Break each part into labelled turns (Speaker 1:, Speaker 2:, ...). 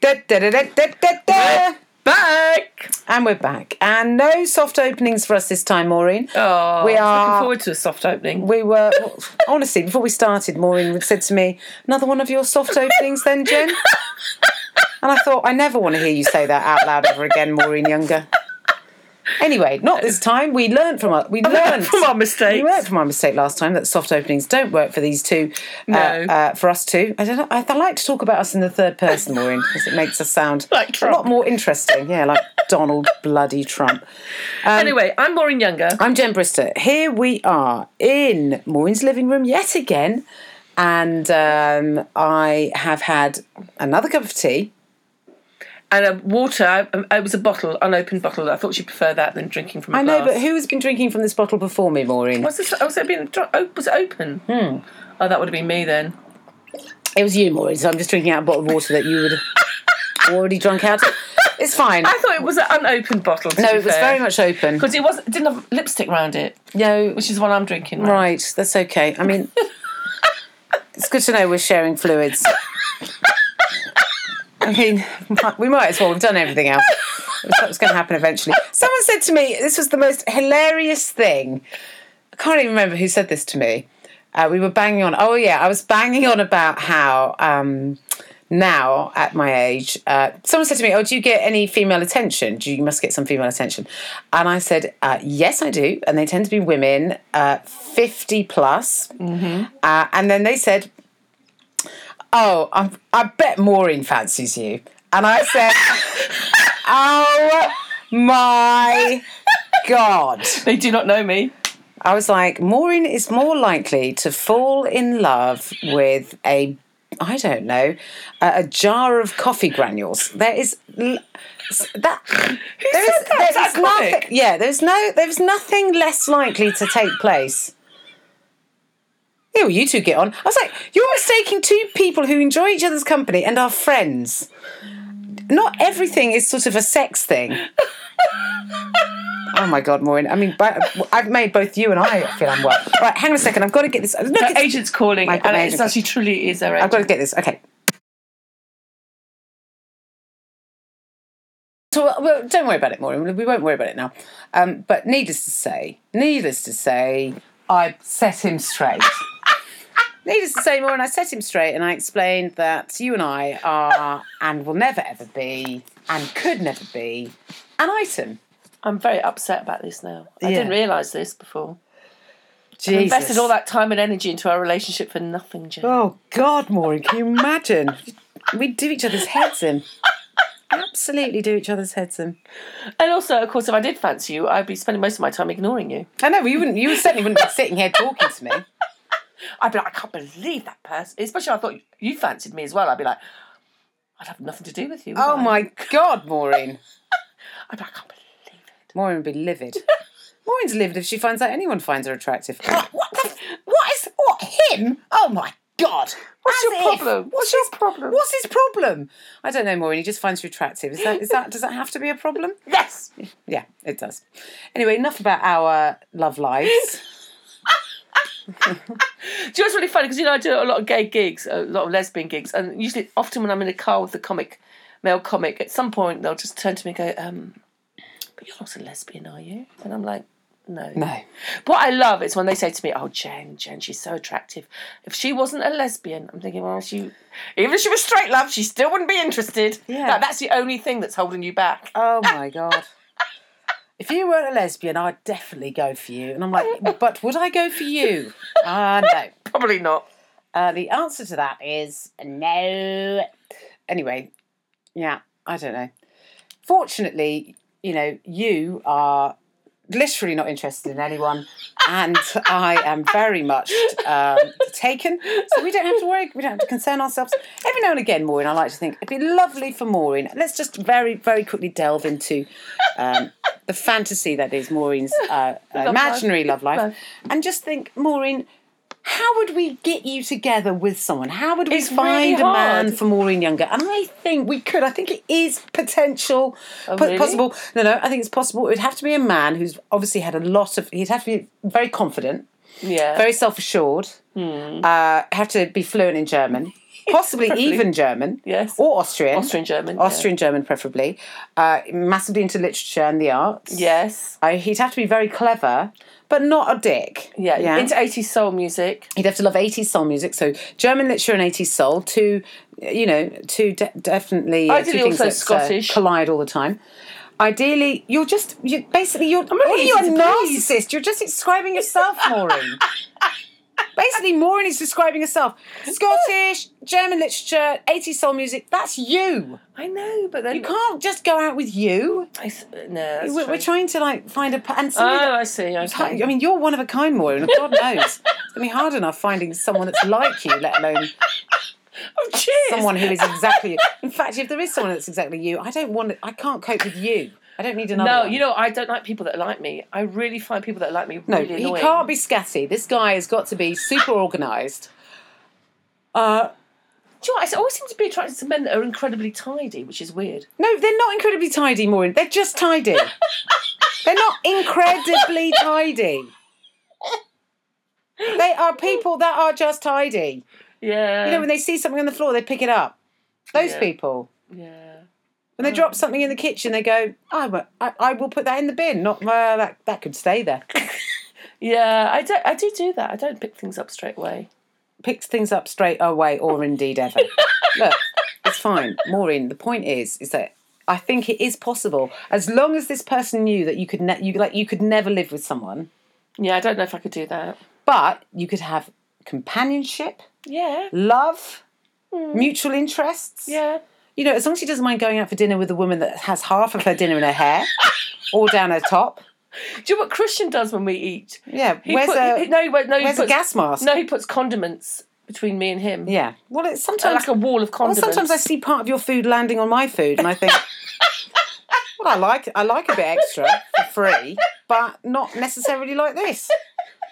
Speaker 1: Da, da, da, da, da, da, da.
Speaker 2: Back.
Speaker 1: And we're back. And no soft openings for us this time, Maureen.
Speaker 2: Oh,
Speaker 1: We
Speaker 2: looking
Speaker 1: are-
Speaker 2: forward to a soft opening.
Speaker 1: We were, honestly, before we started, Maureen said to me, Another one of your soft openings, then, Jen? And I thought, I never want to hear you say that out loud ever again, Maureen Younger. Anyway, not this time. We learned from our, we learned
Speaker 2: From our mistakes.
Speaker 1: We learned from our mistake last time that soft openings don't work for these two. No. uh, for us two, I don't. Know, I, I like to talk about us in the third person, Maureen, because it makes us sound
Speaker 2: Like
Speaker 1: a
Speaker 2: Trump.
Speaker 1: lot more interesting. Yeah, like Donald bloody Trump.
Speaker 2: anyway, I'm Maureen Younger.
Speaker 1: I'm Jen Brister. Here we are in Maureen's living room yet again. And um, I have had another cup of tea.
Speaker 2: and a water. I- It was a bottle, unopened bottle. I thought she'd prefer that than drinking from a
Speaker 1: I
Speaker 2: glass.
Speaker 1: know, but who has been drinking from this bottle before me, Maureen?
Speaker 2: was this? Was it being dr- oh, was it open? Oh, that would have been me then.
Speaker 1: It was you, Maureen, so I'm just drinking out a bottle of water that you would have already drunk out of. It's fine.
Speaker 2: I thought it was an unopened bottle.
Speaker 1: No, it was very much open.
Speaker 2: because it was it didn't have lipstick round it,
Speaker 1: No,
Speaker 2: which is the one I'm drinking. Right.
Speaker 1: right, that's okay. I mean, it's good to know we're sharing fluids. I mean, we might as well. We've done everything else. That was going to happen eventually. Someone said to me, this was the most hilarious thing. I can't even remember who said this to me. Uh, we were banging on. Oh, yeah, I was banging on about how um, now at my age, uh, someone said to me, Oh, do you get any female attention? Do you, you must get some female attention. And I said, uh, Yes, I do. And they tend to be women, uh, 50 plus. Uh, and then they said, Oh, i I bet Maureen fancies you. And I said, Oh my God.
Speaker 2: They do not know me.
Speaker 1: I was like, Maureen is more likely to fall in love with a, I don't know, a, a jar of coffee granules. There is l- s- that. there
Speaker 2: said
Speaker 1: is-
Speaker 2: that?
Speaker 1: there
Speaker 2: Is that
Speaker 1: is nothing-
Speaker 2: comic?
Speaker 1: Yeah, there's no, there's nothing less likely to take place. Yeah, well, you two get on. I was like, you're mistaking two people who enjoy each other's company and are friends. Not everything is sort of a sex thing. Oh my God, Maureen. I mean, but I've made both you and I feel unwell. Right, hang on a second. I've got to get this. Look,
Speaker 2: Her
Speaker 1: it's-
Speaker 2: agent's calling,
Speaker 1: My-
Speaker 2: and
Speaker 1: my
Speaker 2: it's
Speaker 1: agent-
Speaker 2: actually truly is their
Speaker 1: I've
Speaker 2: agent.
Speaker 1: got to get this. Okay. So, well, well, don't worry about it, Maureen. We won't worry about it now. Um, but needless to say, needless to say, I set him straight. needless to say, Maureen, I set him straight and I explained that you and I are and will never ever be and could never be an item.
Speaker 2: I'm very upset about this now. I
Speaker 1: Yeah.
Speaker 2: didn't realise this before.
Speaker 1: Jesus.
Speaker 2: Invested all that time and energy into our relationship for nothing, Jen.
Speaker 1: Oh God, Maureen, can you imagine? we do each other's heads in. Absolutely do each other's heads in.
Speaker 2: And also, of course, if I did fancy you, I'd be spending most of my time ignoring you.
Speaker 1: I know, well, you wouldn't you certainly wouldn't be sitting here talking to me.
Speaker 2: I'd be like, I can't believe that person. Especially, if I thought you fancied me as well. I'd be like, I'd have nothing to do with you. would
Speaker 1: Oh
Speaker 2: I?
Speaker 1: my god, Maureen.
Speaker 2: I'd be like, I can't believe it.
Speaker 1: Maureen would be livid. Maureen's livid if she finds out anyone finds her attractive.
Speaker 2: What the?
Speaker 1: What is what him? Oh my god. As
Speaker 2: What's your
Speaker 1: if.
Speaker 2: problem? What's your problem?
Speaker 1: What's his problem? I don't know, Maureen. He just finds you attractive. Is that is that does that have to be a problem?
Speaker 2: Yes.
Speaker 1: Yeah, it does. Anyway, enough about our love lives.
Speaker 2: Do you know what's really funny? Because you know I do a lot of gay gigs, a lot of lesbian gigs, and usually, often when I'm in a car with a comic, male comic, at some point they'll just turn to me and go, um, "But you're not a lesbian, are you?" And I'm like, "No."
Speaker 1: No.
Speaker 2: What I love is when they say to me, "Oh, Jen, Jen, she's so attractive. If she wasn't a lesbian, I'm thinking, well, she, even if she was straight love, she still wouldn't be interested.
Speaker 1: Yeah.
Speaker 2: Like, that's the only thing that's holding you back.
Speaker 1: Oh my god. If you weren't a lesbian, I'd definitely go for you. And I'm like, but would I go for you? Ah, no.
Speaker 2: Probably not.
Speaker 1: Uh, the answer to that is no. Anyway, yeah, I don't know. Fortunately, you know, you are literally not interested in anyone, and I am very much um, taken. So we don't have to worry. We don't have to concern ourselves. Every now and again, Maureen, I like to think it'd be lovely for Maureen. Let's just very, very quickly delve into. Um, the fantasy that is Maureen's uh, uh, imaginary love life,
Speaker 2: Love.
Speaker 1: and just think, Maureen, how would we get you together with someone? How would we
Speaker 2: It's
Speaker 1: find
Speaker 2: really
Speaker 1: a man
Speaker 2: hard.
Speaker 1: for Maureen Younger? And I think we could. I think it is potential, po-
Speaker 2: Oh, really?
Speaker 1: possible. No, no, I think it's possible. It would have to be a man who's obviously had a lot of. He'd have to be very confident,
Speaker 2: Yeah.
Speaker 1: very self assured. Uh, have to be fluent in German. possibly
Speaker 2: Hmm. Preferably.
Speaker 1: even German.
Speaker 2: Yes.
Speaker 1: Or Austrian.
Speaker 2: Austrian German. yeah.
Speaker 1: Austrian German, preferably. Uh, massively into literature and the arts.
Speaker 2: Yes.
Speaker 1: Uh, he'd have to be very clever, but not a dick.
Speaker 2: Yeah. Into 80s soul music.
Speaker 1: He'd have to love 80s soul music. So German literature and 80s soul, two, you know, two de- definitely. uh, two
Speaker 2: Ideally
Speaker 1: things
Speaker 2: also
Speaker 1: that, uh,
Speaker 2: Scottish.
Speaker 1: collide all the time. Ideally, you're just you basically you're
Speaker 2: really
Speaker 1: really you're a
Speaker 2: easy to please.
Speaker 1: narcissist. You're just describing yourself, Maureen. basically, Maureen is describing herself. Scottish, German literature, 80s soul music. That's you.
Speaker 2: I know, but then
Speaker 1: You can't just go out with you.
Speaker 2: I s- no, that's
Speaker 1: We're,
Speaker 2: true.
Speaker 1: we're trying to like find a pa- and
Speaker 2: Oh,
Speaker 1: somebody
Speaker 2: I see. I
Speaker 1: I
Speaker 2: see.
Speaker 1: I mean, you're one of a kind, Maureen. and God knows. It's going to be hard enough finding someone that's like you, let alone
Speaker 2: Oh, cheers.
Speaker 1: someone who is exactly you. In fact, if there is someone that's exactly you, I don't want it. I can't cope with you. I don't need another
Speaker 2: No,
Speaker 1: one.
Speaker 2: you know I don't like people that like me. I really find people that like me
Speaker 1: No,
Speaker 2: really
Speaker 1: he
Speaker 2: annoying.
Speaker 1: can't be scatty. This guy has got to be super organised. Uh,
Speaker 2: Do you know what? I always seem to be attracted to men that are incredibly tidy, which is weird.
Speaker 1: no, they're not incredibly tidy, Maureen. They're just tidy. they're not incredibly tidy. They are people that are just tidy.
Speaker 2: Yeah.
Speaker 1: You know, when they see something on the floor, they pick it up. Those
Speaker 2: Yeah. Mm.
Speaker 1: people.
Speaker 2: yeah.
Speaker 1: When they drop something in the kitchen, they go, I, w- I, I will put that in the bin. Not well, that that could stay there.
Speaker 2: Yeah, I do. I do do that. I don't pick things up straight away.
Speaker 1: Picks things up straight away, or indeed ever. Look, it's fine, Maureen. The point is, is that I think it is possible as long as this person knew that you could ne- you like you could never live with someone,
Speaker 2: Yeah, I don't know if I could do that.
Speaker 1: but you could have companionship,
Speaker 2: Yeah.
Speaker 1: love, mutual interests.
Speaker 2: Hmm. Yeah.
Speaker 1: You know, as long as she doesn't mind going out for dinner with a woman that has half of her dinner in her hair or down her top.
Speaker 2: Do you know what Christian does when we eat?
Speaker 1: Yeah,
Speaker 2: He
Speaker 1: where's
Speaker 2: put-
Speaker 1: a
Speaker 2: he- no, he- no, he
Speaker 1: where's a
Speaker 2: puts-
Speaker 1: gas mask?
Speaker 2: No, he puts condiments between me and him.
Speaker 1: Yeah. Well, it's sometimes
Speaker 2: Like a wall of
Speaker 1: well,
Speaker 2: condiments.
Speaker 1: sometimes I see part of your food landing on my food, and I think, well, I like I like a bit extra for free, but not necessarily like this.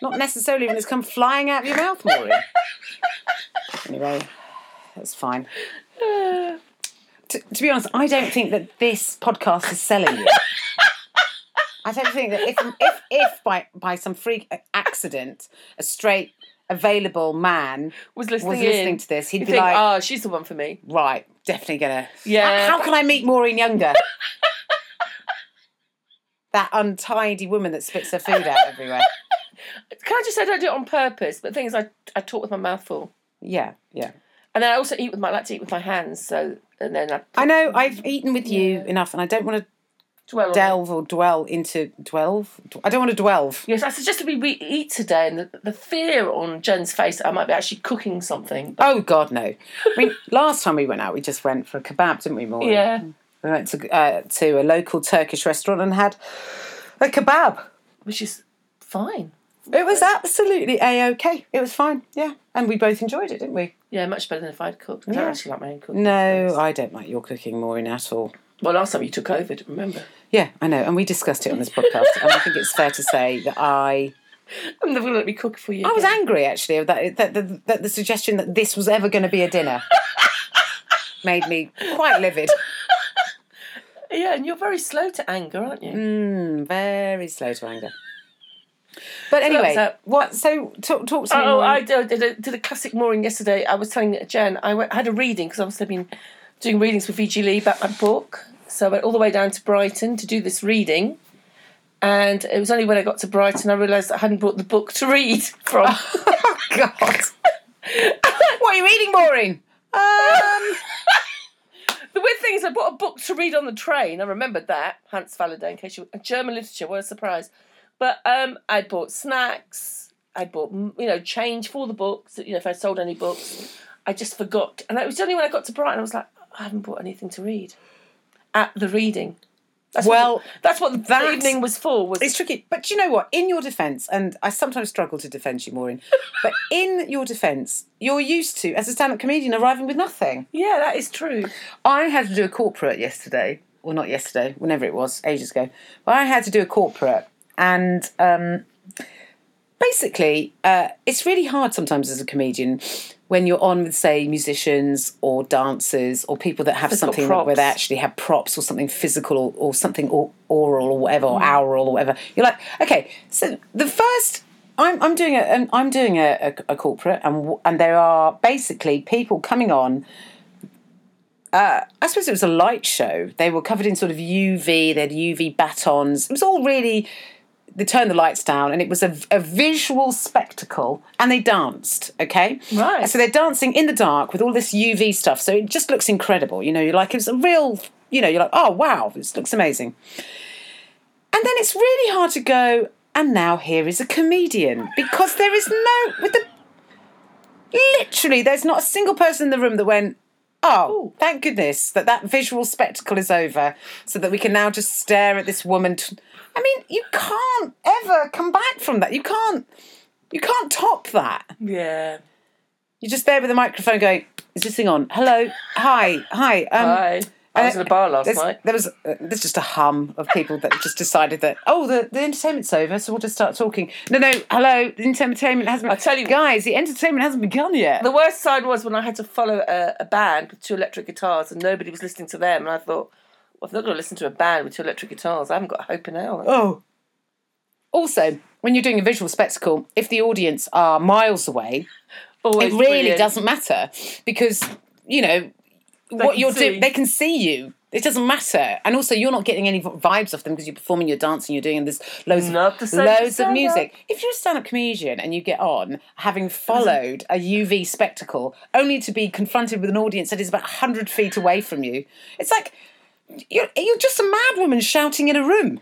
Speaker 1: Not necessarily when it's come flying out of your mouth, Maureen. Anyway, that's fine. To, to be honest, I don't think that this podcast is selling you. I don't think that if if, if by by some freak accident a straight available man
Speaker 2: was listening,
Speaker 1: was listening
Speaker 2: in.
Speaker 1: to this, he'd
Speaker 2: You
Speaker 1: be
Speaker 2: think,
Speaker 1: like,
Speaker 2: oh, she's the one for me.
Speaker 1: right, definitely gonna.
Speaker 2: Yeah.
Speaker 1: How, how can I meet Maureen Younger? that untidy woman that spits her food out everywhere.
Speaker 2: Can I just say I don't do it on purpose? But the thing is, I, I talk with my mouth full.
Speaker 1: Yeah, yeah.
Speaker 2: And then I also eat with my, I like to eat with my hands. So, and then I
Speaker 1: I know I've eaten with you enough, and I don't want to
Speaker 2: dwell on it.
Speaker 1: delve or dwell into delve. I don't want to delve.
Speaker 2: Yes, I suggested we, we eat today, and the, the fear on Jen's face that I might be actually cooking something.
Speaker 1: Oh God, no! I mean, last time we went out, we just went for a kebab, didn't we, Maureen?
Speaker 2: Yeah.
Speaker 1: We went to uh, to a local Turkish restaurant and had a kebab.
Speaker 2: Which is fine.
Speaker 1: It was absolutely a okay. It was fine, yeah, and we both enjoyed it, didn't we?
Speaker 2: Yeah, much better than if I'd cooked. I don't actually like my own cooking.
Speaker 1: No, I don't like your cooking, Maureen, at all.
Speaker 2: Well, last time you took over, remember?
Speaker 1: Yeah, I know, and we discussed it on this podcast, and I think it's fair to say that I
Speaker 2: I'm never going to let me cook for you.
Speaker 1: I was angry actually that that, that, that the suggestion that this was ever going to be a dinner made me quite livid.
Speaker 2: Yeah, and you're very slow to anger, aren't you?
Speaker 1: Mm, very slow to anger. But
Speaker 2: that
Speaker 1: anyway,
Speaker 2: was that.
Speaker 1: what? So talk, talk to me.
Speaker 2: Oh,
Speaker 1: Maureen.
Speaker 2: I did, did, a, did a classic morning yesterday. I was telling Jen, I went, had a reading because obviously I've been doing readings with VG Lee about my book. So I went all the way down to Brighton to do this reading. And it was only when I got to Brighton I realised I hadn't brought the book to read from.
Speaker 1: Oh God! what are you eating, Maureen? Um,
Speaker 2: the weird thing is, I bought a book to read on the train. I remembered that. Hans Fallada, in case you. German literature, what a surprise. But um, I bought snacks. I bought, mm, you know, change for the books. You know, if I sold any books, I just forgot. And it was only when I got to Brighton I was like, "Oh, I haven't bought anything to read at the reading. That's
Speaker 1: Well,
Speaker 2: what, that's what the
Speaker 1: that-
Speaker 2: evening was for. Was
Speaker 1: It's tricky, but you know what? In your defence, and I sometimes struggle to defend you, Maureen. but in your defence, you're used to as a stand-up comedian arriving with nothing.
Speaker 2: yeah, that is true.
Speaker 1: I had to do a corporate yesterday, or not yesterday, whenever it was, ages ago. But I had to do a corporate, and um, basically, uh, it's really hard sometimes as a comedian when you're on with, say, musicians or dancers or people that have something where
Speaker 2: props.
Speaker 1: they actually have props or something physical or, or something or, oral or whatever, or aural or whatever. You're like, okay, so the first I'm, I'm doing a an- I'm doing a, a, a corporate and w- and there are basically people coming on. Uh, I suppose it was a light show. They were covered in sort of UV. They had UV batons. It was all really. They turned the lights down, and it was a, a visual spectacle. And they danced. Okay,
Speaker 2: Right.
Speaker 1: So they're dancing in the dark with all this UV stuff. So it just looks incredible. You know, you're like it's a real. You know, you're like, oh wow, this looks amazing. And then it's really hard to go, and now here is a comedian. Because there is no, with the, literally, there's not a single person in the room that went, oh, thank goodness that that visual spectacle is over so that we can now just stare at this woman. T- I mean, you can't ever come back from that. You can't, you can't top that.
Speaker 2: Yeah.
Speaker 1: You're just there with a microphone going, is this thing on? Hello, hi, hi. Um,
Speaker 2: Hi. I was
Speaker 1: uh,
Speaker 2: in a bar last
Speaker 1: there's,
Speaker 2: night.
Speaker 1: There was uh, there's just a hum of people that just decided that oh the, the entertainment's over, so we'll just start talking. No, no, hello, the entertainment hasn't. I
Speaker 2: tell you-
Speaker 1: guys, the entertainment hasn't begun yet.
Speaker 2: The worst side was when I had to follow a, a band with two electric guitars and nobody was listening to them, and I thought, well, if they're not going to listen to a band with two electric guitars, I haven't got hope in hell.
Speaker 1: oh. Also, when you're doing a visual spectacle, if the audience are miles away,
Speaker 2: Always
Speaker 1: Oh, it really
Speaker 2: brilliant.
Speaker 1: doesn't matter because you know what
Speaker 2: can
Speaker 1: you're
Speaker 2: see.
Speaker 1: doing. They can see you. It doesn't matter, and also you're not getting any vibes off them because you're performing, you're dancing, you're doing, and there's loads,
Speaker 2: Not the
Speaker 1: of,
Speaker 2: same
Speaker 1: loads of
Speaker 2: stand-up.
Speaker 1: music. If you're a stand-up comedian and you get on, having followed a UV spectacle, only to be confronted with an audience that is about hundred feet away from you, it's like you're you're just a mad woman shouting in a room.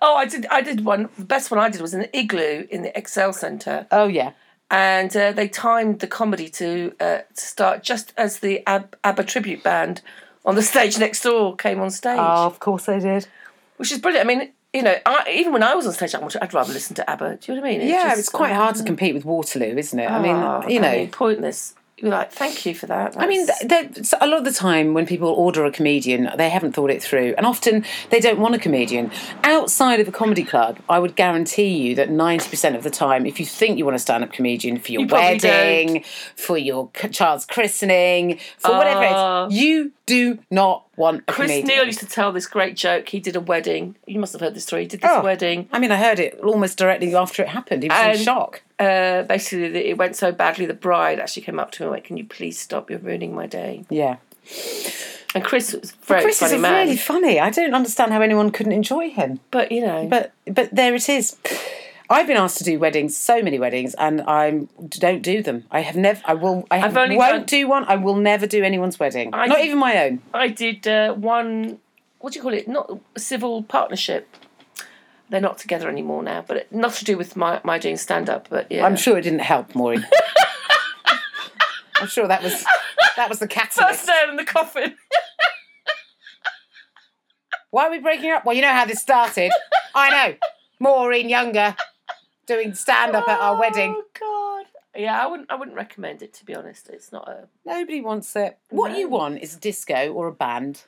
Speaker 2: Oh, I did. I did one. The best one I did was in the igloo in the Excel Centre,
Speaker 1: Oh yeah,
Speaker 2: and uh, they timed the comedy to uh, to start just as the Ab- ABBA tribute band on the stage next door came on stage,
Speaker 1: of course I did.
Speaker 2: which is brilliant. I mean, you know, I, even when I was on stage, I'd, I'd rather listen to ABBA. Do you know what I mean?
Speaker 1: Yeah,
Speaker 2: just- mm.
Speaker 1: it's quite hard to compete with Waterloo, isn't it? I
Speaker 2: Oh,
Speaker 1: mean, you know.
Speaker 2: I mean, pointless. You're like, thank you for that.
Speaker 1: I mean, th- th- so a lot of the time when people order a comedian, they haven't thought it through, and often they don't want a comedian. Outside of a comedy club, I would guarantee you that ninety percent of the time, if you think you want a stand-up comedian for your
Speaker 2: probably
Speaker 1: wedding, for your c- child's christening, for whatever
Speaker 2: Ah.
Speaker 1: it is, you do not want a
Speaker 2: Chris
Speaker 1: comedian.
Speaker 2: Neal used to tell this great joke. He did a wedding. You must have heard this story. He did this
Speaker 1: Oh.
Speaker 2: wedding.
Speaker 1: I mean, I heard it almost directly after it happened. He was
Speaker 2: And-
Speaker 1: in shock.
Speaker 2: Uh, basically, that it went so badly, the bride actually came up to him and went, Can you please stop? You're ruining my day.
Speaker 1: Yeah.
Speaker 2: And Chris was a very
Speaker 1: Chris
Speaker 2: funny
Speaker 1: is a
Speaker 2: man.
Speaker 1: really funny. I don't understand how anyone couldn't enjoy him.
Speaker 2: but, you know,
Speaker 1: but but there it is. I've been asked to do weddings, so many weddings, and I don't do them. I have never. I will. I have,
Speaker 2: only
Speaker 1: won't
Speaker 2: done-
Speaker 1: do one. I will never do anyone's wedding.
Speaker 2: I
Speaker 1: Not
Speaker 2: did-
Speaker 1: even my own.
Speaker 2: I did uh, one, what do you call it? Not a civil partnership. They're not together anymore now, but it, not to do with my, my doing stand up. But yeah.
Speaker 1: I'm sure it didn't help, Maureen. I'm sure that was that was the
Speaker 2: First
Speaker 1: catalyst.
Speaker 2: nail in the coffin.
Speaker 1: Why are we breaking up? Well, you know how this started. I know. Maureen Younger doing stand up at our wedding.
Speaker 2: Oh God! Yeah, I wouldn't. I wouldn't recommend it to be honest. It's not a
Speaker 1: Nobody wants it. What you want is a disco or a band.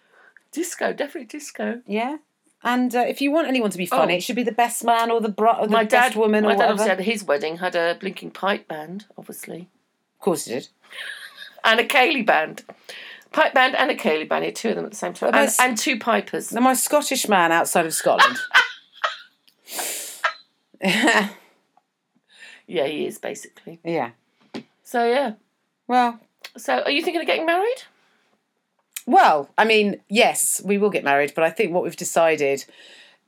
Speaker 2: disco. Definitely disco.
Speaker 1: Yeah. And uh, if you want anyone to be funny,
Speaker 2: Oh.
Speaker 1: it should be the best man or the, bro- or the
Speaker 2: My
Speaker 1: best
Speaker 2: dad,
Speaker 1: woman or
Speaker 2: my dad
Speaker 1: whatever.
Speaker 2: obviously had his wedding had a blinking pipe band, obviously,
Speaker 1: Of course you did.
Speaker 2: and a Cayley band, pipe band and a Cayley band. He had two of them at the same time, and,
Speaker 1: that's-
Speaker 2: and two pipers.
Speaker 1: Now, my Scottish man outside of Scotland. yeah.
Speaker 2: Yeah, he is basically. So yeah.
Speaker 1: Well,
Speaker 2: So are you thinking of getting married?
Speaker 1: well, I mean, yes, we will get married, but I think what we've decided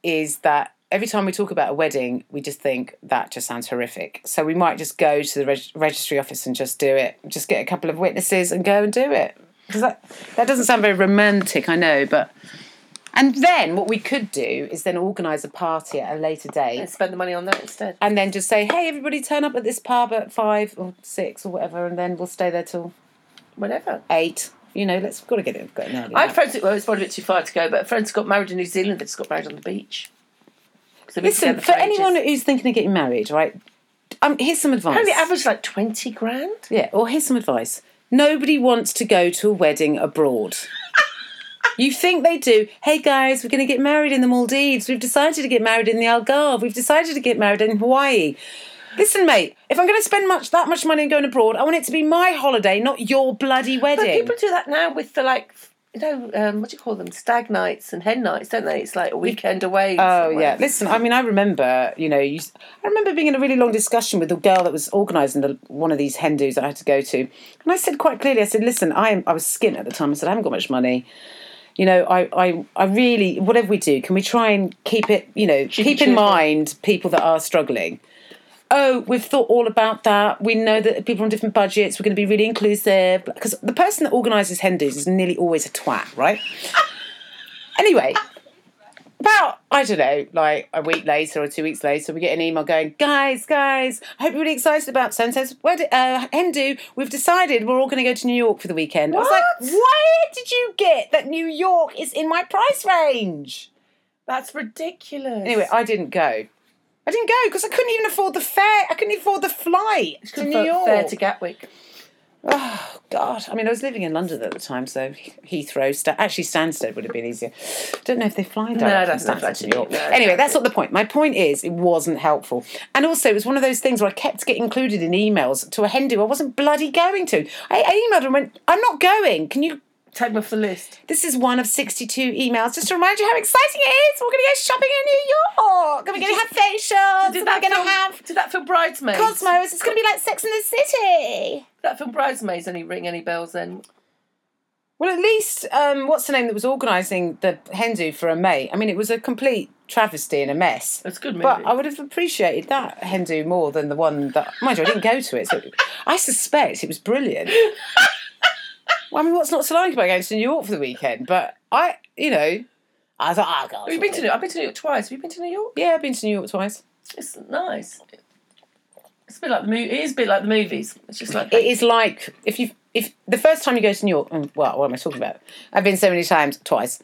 Speaker 1: is that every time we talk about a wedding, we just think that just sounds horrific. So we might just go to the reg- registry office and just do it. Just get a couple of witnesses and go and do it. Because that, that doesn't sound very romantic, I know, but. And then what we could do is then organise a party at a later date.
Speaker 2: And spend the money on that instead.
Speaker 1: and then just say, "Hey, everybody, turn up at this pub at five or six or whatever, and then we'll stay there till
Speaker 2: Whatever.
Speaker 1: eight. You know, let's got to get it, got it early.
Speaker 2: I had friends. who- Well, it's probably a bit too far to go, but a friend's got married in New Zealand. They just got married on the beach. So we
Speaker 1: Listen,
Speaker 2: together
Speaker 1: for
Speaker 2: ages.
Speaker 1: anyone who's thinking of getting married, right? Um, here's some advice.
Speaker 2: Apparently, average like twenty grand.
Speaker 1: yeah, or here's some advice. Nobody wants to go to a wedding abroad. You think they do. Hey guys, we're going to get married in the Maldives. We've decided to get married in the Algarve. We've decided to get married in Hawaii. Listen, mate, if I'm going to spend much that much money on going abroad, I want it to be my holiday, not your bloody wedding.
Speaker 2: But people do that now with the like, f- you know, um, what do you call them? Stag nights and hen nights, don't they? It's like a weekend away.
Speaker 1: Oh
Speaker 2: somewhere.
Speaker 1: yeah. Listen, I mean, I remember, you know, you, I remember being in a really long discussion with the girl that was organising the, one of these hen do's that I had to go to, and I said quite clearly, I said, listen, I am, I was skint at the time. I said, I haven't got much money. You know, I, I, I really, whatever we do, can we try and keep it, you know, keep in
Speaker 2: cheerful.
Speaker 1: mind people that are struggling. Oh, we've thought all about that. We know that people on different budgets. We're going to be really inclusive because the person that organises hen do's is nearly always a twat, right? anyway, about I don't know, like a week later or two weeks later, we get an email going, guys, guys, I hope you're really excited about so and so's wedding. Uh, Hindu, we've decided we're all going to go to New York for the weekend. I was like,
Speaker 2: What?
Speaker 1: where did you get that New York is in my price range?
Speaker 2: That's ridiculous.
Speaker 1: Anyway, I didn't go. I didn't go because I couldn't even afford the fare. I couldn't afford the flight to New York.
Speaker 2: Fair to Gatwick.
Speaker 1: Oh God! I mean, I was living in London at the time, so Heathrow, Sta- actually Stansted would have been easier. Don't know if they fly direct from
Speaker 2: I don't think they fly
Speaker 1: Stansted
Speaker 2: to
Speaker 1: to New York.
Speaker 2: New York.
Speaker 1: anyway, that's not the point. My point is, it wasn't helpful, and also it was one of those things where I kept getting included in emails to a Hindu I wasn't bloody going to. I, I emailed her and went, "I'm not going. Can you?"
Speaker 2: Take me off the list.
Speaker 1: This is one of 62 emails just to remind you how exciting it is. We're going to go shopping in New York. And we're going to have facials. and we're going
Speaker 2: film,
Speaker 1: to have
Speaker 2: Did that film Bridesmaids?
Speaker 1: Cosmos. It's going to be like Sex in the City.
Speaker 2: Did that film Bridesmaids any ring any bells then?
Speaker 1: Well, at least um, what's the name that was organising the Hindu for a mate? I mean, it was a complete travesty and a mess.
Speaker 2: It's a good movie.
Speaker 1: But I would have appreciated that Hindu more than the one that. Mind you, I didn't go to it, so I suspect it was brilliant. well, I mean, what's not to like about going to New York for the weekend? But I, you know, I thought, oh god,
Speaker 2: We've been to New I've been to New York twice. Have you been to New York?
Speaker 1: Yeah, I've been to New York twice.
Speaker 2: It's nice. It's a bit like the movie. It is a bit like the movies. It's just like
Speaker 1: It is like if you if the first time you go to New York. mm, Well, what am I talking about? I've been so many times, twice.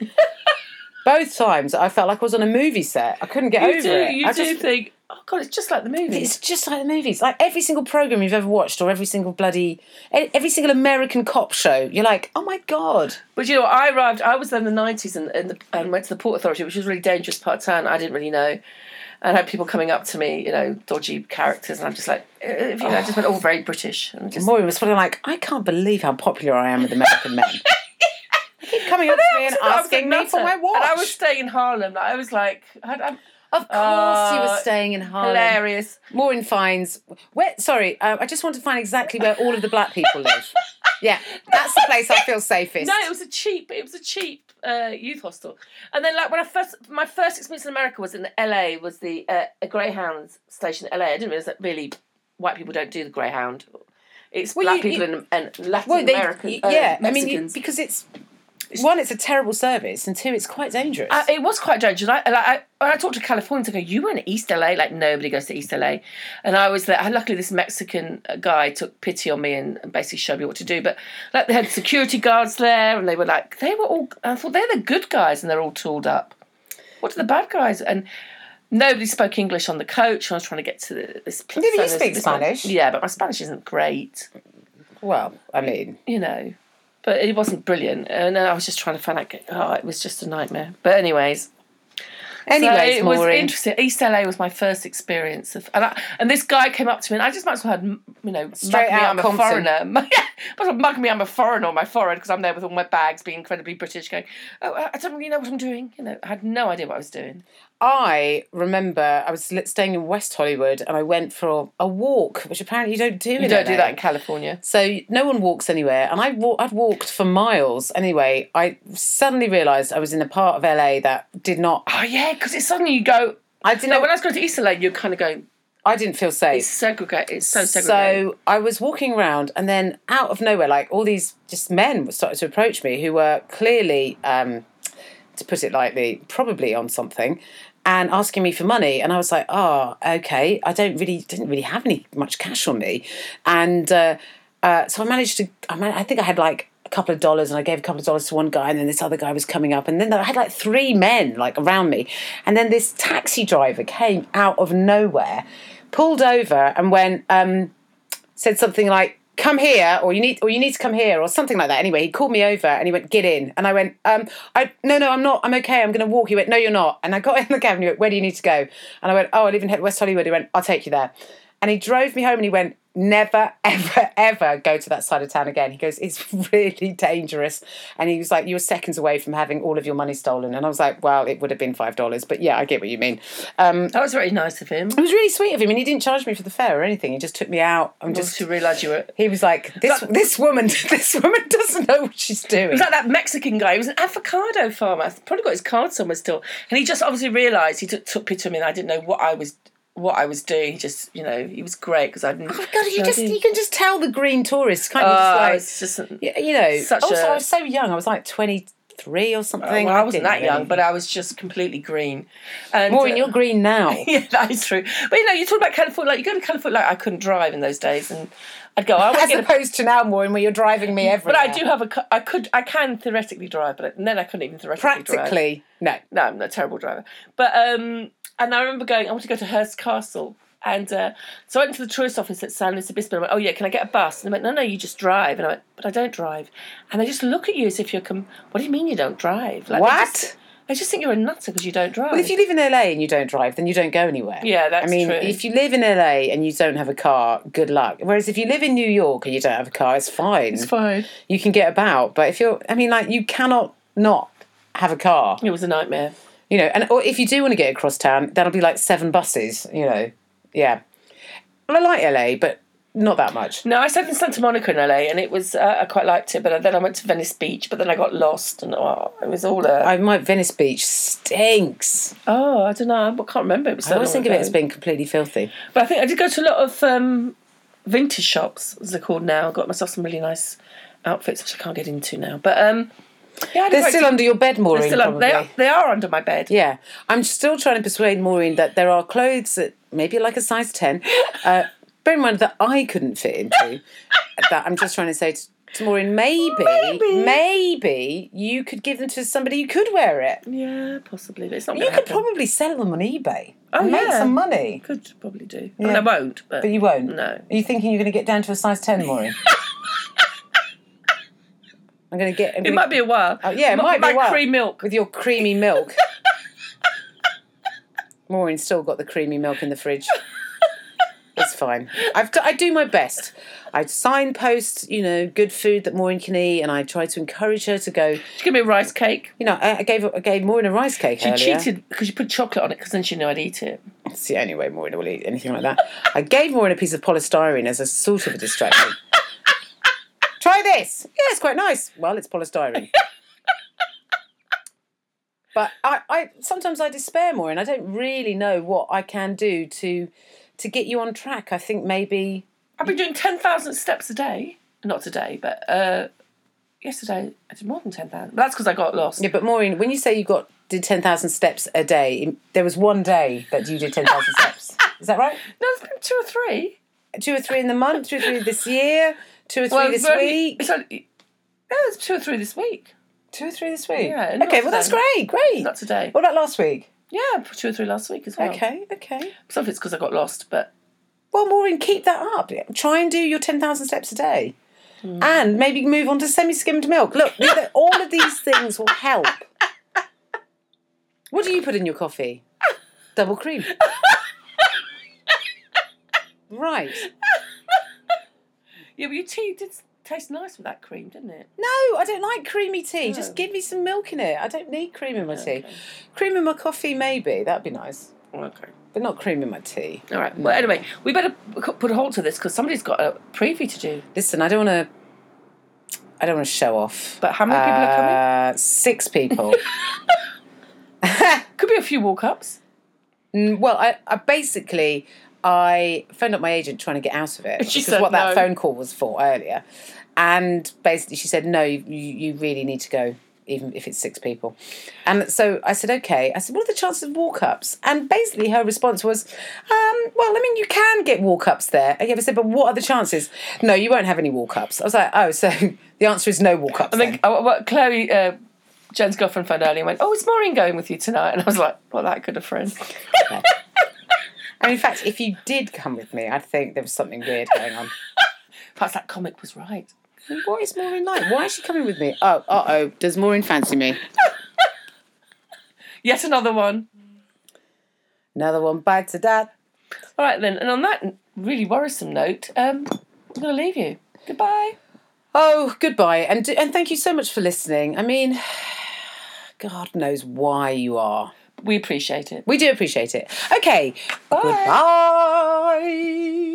Speaker 1: Both times, I felt like I was on a movie set. I couldn't get
Speaker 2: you
Speaker 1: over
Speaker 2: do
Speaker 1: it.
Speaker 2: you
Speaker 1: I
Speaker 2: do
Speaker 1: just-
Speaker 2: think oh god, it's just like the movies.
Speaker 1: it's just like the movies. Like every single program you've ever watched, or every single bloody, e- every single American cop show, you're like, oh my god.
Speaker 2: But you know, I arrived. I was there in the nineties and and, the, and went to the Port Authority, which was a really dangerous part of town. I didn't really know, and I had people coming up to me, you know, dodgy characters, and I'm just like, eh, eh, you know, I just went all very British and just.
Speaker 1: Maureen was sort of like, I can't believe how popular I am with American men. They keep coming up to me and
Speaker 2: I was a
Speaker 1: asking me for
Speaker 2: nutter.
Speaker 1: my watch.
Speaker 2: And I was staying in Harlem. Like, I was like, I, I'm
Speaker 1: of course, he
Speaker 2: Oh,
Speaker 1: was staying in Harlem.
Speaker 2: hilarious.
Speaker 1: Maureen finds where. Sorry, uh, I just want to find exactly where all of the black people live. Yeah, that's the place I feel safest.
Speaker 2: No, it was a cheap. It was a cheap uh, youth hostel. And then, like when I first, my first experience in America was in L.A. Was the uh, a Greyhound station in L.A. I didn't realize that really white people don't do the Greyhound. It's
Speaker 1: Well,
Speaker 2: black
Speaker 1: you-
Speaker 2: people and, and Latin
Speaker 1: well, they,
Speaker 2: American.
Speaker 1: y-
Speaker 2: uh,
Speaker 1: yeah. I mean, you,
Speaker 2: Mexicans.
Speaker 1: because it's one, it's a terrible service, and two, it's quite dangerous.
Speaker 2: I, it was quite dangerous. I, like, I, when I talked to Californians, I go, "You were in East LA, like nobody goes to East LA," and I was there. and Luckily, this Mexican uh, guy took pity on me and, and basically showed me what to do. But like, they had security guards there, and they were like, they were all. I thought they're the good guys, and they're all tooled up. What are the bad guys? And nobody spoke English on the coach. And I was trying to get to the, this.
Speaker 1: but you
Speaker 2: this-
Speaker 1: speak
Speaker 2: this-
Speaker 1: Spanish.
Speaker 2: Yeah, but my Spanish isn't great
Speaker 1: well, I mean,
Speaker 2: you know, but it wasn't brilliant. And I was just trying to find out. Oh, it was just a nightmare. But anyways,
Speaker 1: Anyways,
Speaker 2: so it was
Speaker 1: Maureen.
Speaker 2: interesting. East LA was my first experience of, and I, and this guy came up to me, and I just might as well had you know
Speaker 1: Straight
Speaker 2: mug me,
Speaker 1: out
Speaker 2: I'm
Speaker 1: Compton.
Speaker 2: a foreigner. Might as well mug me, I'm a foreigner on my forehead because I'm there with all my bags, being incredibly British, going, oh, I- I don't really know what I'm doing. You know, I had no idea what I was doing.
Speaker 1: I remember I was li- staying in West Hollywood, and I went for a walk, which apparently you don't do.
Speaker 2: You don't do that in California.
Speaker 1: So no one walks anywhere, and I wa- I'd walked for miles. Anyway, I suddenly realised I was in a part of LA that did not.
Speaker 2: Oh yeah, because it's suddenly you go.
Speaker 1: I didn't.
Speaker 2: No, when I was going to East LA, you're kind of going
Speaker 1: I didn't feel safe.
Speaker 2: it's segregated. It's so segregated.
Speaker 1: So I was walking around, and then out of nowhere, like all these just men started to approach me who were clearly, um, to put it lightly, probably on something, and asking me for money. And I was like, "Oh, okay. I don't really didn't really have any much cash on me," and uh, uh, so I managed to. I, man- I think I had like. A couple of dollars, and I gave a couple of dollars to one guy, and then this other guy was coming up, and then I had like three men like around me, and then this taxi driver came out of nowhere, pulled over, and went, um, said something like come here or you need or you need to come here or something like that anyway he called me over and he went get in and i went um i no no i'm not i'm okay i'm going to walk he went no you're not and i got in the cab and he went where do you need to go and i went oh i live in West Hollywood he went i'll take you there and he drove me home and he went never, ever, ever go to that side of town again. He goes, it's really dangerous. And he was like, you were seconds away from having all of your money stolen. And I was like, well, it would have been $5, but yeah, I get what you mean. Um,
Speaker 2: That was very nice of him.
Speaker 1: it was really sweet of him, and he didn't charge me for the fare or anything. He just took me out. I'm
Speaker 2: Just
Speaker 1: just.
Speaker 2: to realise you were.
Speaker 1: He was like, this, this woman, this woman doesn't know what she's doing.
Speaker 2: It was like that Mexican guy. He was an avocado farmer. I've probably got his card somewhere still. And he just obviously realised he took, took picture of me, and I didn't know what I was what I was doing. He just, you know, he was great because I didn't. Oh
Speaker 1: God, you just you can just tell the green tourists, can't you?
Speaker 2: Oh,
Speaker 1: Just
Speaker 2: it's just. Yeah,
Speaker 1: like, y- you know.
Speaker 2: such
Speaker 1: also,
Speaker 2: a-
Speaker 1: I was so young. I was like twenty three or something.
Speaker 2: well, I wasn't
Speaker 1: didn't
Speaker 2: that
Speaker 1: know
Speaker 2: young,
Speaker 1: anything.
Speaker 2: but I was just completely green. And
Speaker 1: Maureen,
Speaker 2: uh,
Speaker 1: you're green now.
Speaker 2: Yeah, that is true. But you know, you talk about California, like you go to California, like I couldn't drive in those days, and I'd go. I want to
Speaker 1: As
Speaker 2: get a
Speaker 1: opposed to now, Maureen, where you're driving me everywhere.
Speaker 2: But I do have a. ca- I could. I can theoretically drive, but then I couldn't even theoretically drive.
Speaker 1: practically no.
Speaker 2: No, I'm not a terrible driver. But um, and I remember going. I want to go to Hearst Castle, and uh, so I went to the tourist office at San Luis Obispo. And I went, oh yeah, can I get a bus? And they went, no, no, you just drive. And I went, but I don't drive. And they just look at you as if you're. Com- what do you mean you don't drive? Like, they
Speaker 1: What?
Speaker 2: just- They just, think you're a nutter because you don't drive.
Speaker 1: Well, if you live in LA and you don't drive, then you don't go anywhere.
Speaker 2: Yeah, that's
Speaker 1: I mean,
Speaker 2: true.
Speaker 1: if you live in LA and you don't have a car, good luck. Whereas if you live in New York and you don't have a car, it's fine.
Speaker 2: it's fine.
Speaker 1: You can get about. But if you're, I mean, like you cannot not have a car.
Speaker 2: It was a nightmare.
Speaker 1: you know, and or if you do want to get across town, that'll be like seven buses, you know. Yeah. Well, I like LA, but not that much.
Speaker 2: No, I stayed in Santa Monica in LA, and it was uh, I quite liked it. But then I went to Venice Beach, but then I got lost, and oh, it was all a
Speaker 1: I, my Venice Beach stinks.
Speaker 2: oh, I don't know, I can't remember. It was so
Speaker 1: I always
Speaker 2: long
Speaker 1: think of it
Speaker 2: ago.
Speaker 1: as being completely filthy.
Speaker 2: But I think I did go to a lot of um, vintage shops, as they're called now. I got myself some really nice outfits, which I can't get into now. But um, yeah, I had a
Speaker 1: They're
Speaker 2: great
Speaker 1: still
Speaker 2: time.
Speaker 1: under your bed, Maureen.
Speaker 2: They're still on-
Speaker 1: probably.
Speaker 2: they are, they are under my bed.
Speaker 1: Yeah, I'm still trying to persuade Maureen that there are clothes that maybe like a size ten. Uh, bear in mind that I couldn't fit into. that I'm just trying to say to, to Maureen, maybe,
Speaker 2: Maybe.
Speaker 1: maybe you could give them to somebody who could wear it.
Speaker 2: Yeah, possibly. But it's not.
Speaker 1: You could probably sell them on eBay and
Speaker 2: Oh,
Speaker 1: make
Speaker 2: yeah.
Speaker 1: some money.
Speaker 2: could probably do. I
Speaker 1: Yeah.
Speaker 2: mean, I won't. But,
Speaker 1: But you won't.
Speaker 2: No.
Speaker 1: Are you thinking you're going to get down to a size 10, Maureen? I'm going to get. I'm
Speaker 2: it
Speaker 1: gonna-
Speaker 2: might be a while.
Speaker 1: Oh, yeah, it
Speaker 2: my,
Speaker 1: might be
Speaker 2: my
Speaker 1: a while.
Speaker 2: cream milk.
Speaker 1: With your creamy milk. Maureen's still got the creamy milk in the fridge. It's fine. I've t- I do my best. I signpost, you know, good food that Maureen can eat, and I try to encourage her to go.
Speaker 2: Just give me a rice cake.
Speaker 1: You know, I, I gave I gave Maureen a rice cake
Speaker 2: She
Speaker 1: earlier.
Speaker 2: cheated because she put chocolate on it because then she knew I'd eat it.
Speaker 1: It's the only way Maureen will eat anything like that. I gave Maureen a piece of polystyrene as a sort of a distraction. Try this. Yeah, it's quite nice. Well, it's polystyrene. but I, I sometimes I despair, Maureen. I don't really know what I can do to to get you on track. I think maybe
Speaker 2: I've been doing 10,000 steps a day. Not today, but uh, yesterday I did more than 10,000. But that's because I got lost.
Speaker 1: Yeah, but Maureen, when you say you got did ten thousand steps a day, there was one day that you did ten thousand steps. Is that right?
Speaker 2: No, it's been two or three.
Speaker 1: Two or three in the month, two or three this year, two or three
Speaker 2: it's
Speaker 1: this
Speaker 2: only-
Speaker 1: week.
Speaker 2: It's only, no, it's two or three this week.
Speaker 1: Two or three this week.
Speaker 2: Yeah, not
Speaker 1: Okay, well that's
Speaker 2: today.
Speaker 1: great, great.
Speaker 2: Not today.
Speaker 1: What about last week?
Speaker 2: Yeah, two or three last week as well.
Speaker 1: Okay, okay.
Speaker 2: Some of it's because I got lost, but
Speaker 1: Well, Maureen, keep that up. Try and do your ten thousand steps a day,
Speaker 2: Hmm.
Speaker 1: and maybe move on to semi-skimmed milk. Look, these are- all of these things will help. What do you put in your coffee? Double cream. Right.
Speaker 2: yeah, but your tea did taste nice with that cream, didn't it?
Speaker 1: No, I don't like creamy tea.
Speaker 2: No. Oh,
Speaker 1: Just give me some milk in it. I don't need cream in my tea. Cream in my coffee, maybe. That'd be nice.
Speaker 2: Okay.
Speaker 1: But not cream in my tea.
Speaker 2: All right. Well, anyway, we better put a halt to this because somebody's got a preview to do.
Speaker 1: Listen, I don't want to. I don't want to show off.
Speaker 2: But how many people are
Speaker 1: coming? Six people.
Speaker 2: Could be a few walk ups.
Speaker 1: Mm, well, I, I basically I phoned up my agent trying to get out of it, which is
Speaker 2: said
Speaker 1: what that
Speaker 2: no.
Speaker 1: phone call was for earlier. And basically, she said, "No, you, you really need to go." Even if it's six people. And so I said, okay. I said, what are the chances of walk ups? And basically her response was, um, well, I mean, you can get walk ups there. I gave- I said, but what are the chances? No, you won't have any walk ups. I was like, oh, so the answer is no walk ups.
Speaker 2: I think oh, well, Chloe, uh, Jen's girlfriend, found out earlier and went, "Oh, is Maureen going with you tonight?" And I was like, "Well, that could have friend."
Speaker 1: And in fact, if you did come with me, I'd think there was something weird going on.
Speaker 2: Perhaps that comic was right.
Speaker 1: What is Maureen like? Why is she coming with me? Oh, uh oh. Does Maureen fancy me?
Speaker 2: Yet another one.
Speaker 1: Another one bites the dad.
Speaker 2: All right then, and on that really worrisome note, um, I'm going to leave you. Goodbye.
Speaker 1: Oh, goodbye, and and thank you so much for listening. I mean, God knows why you are.
Speaker 2: We appreciate it.
Speaker 1: We do appreciate it. Okay,
Speaker 2: Bye.
Speaker 1: goodbye.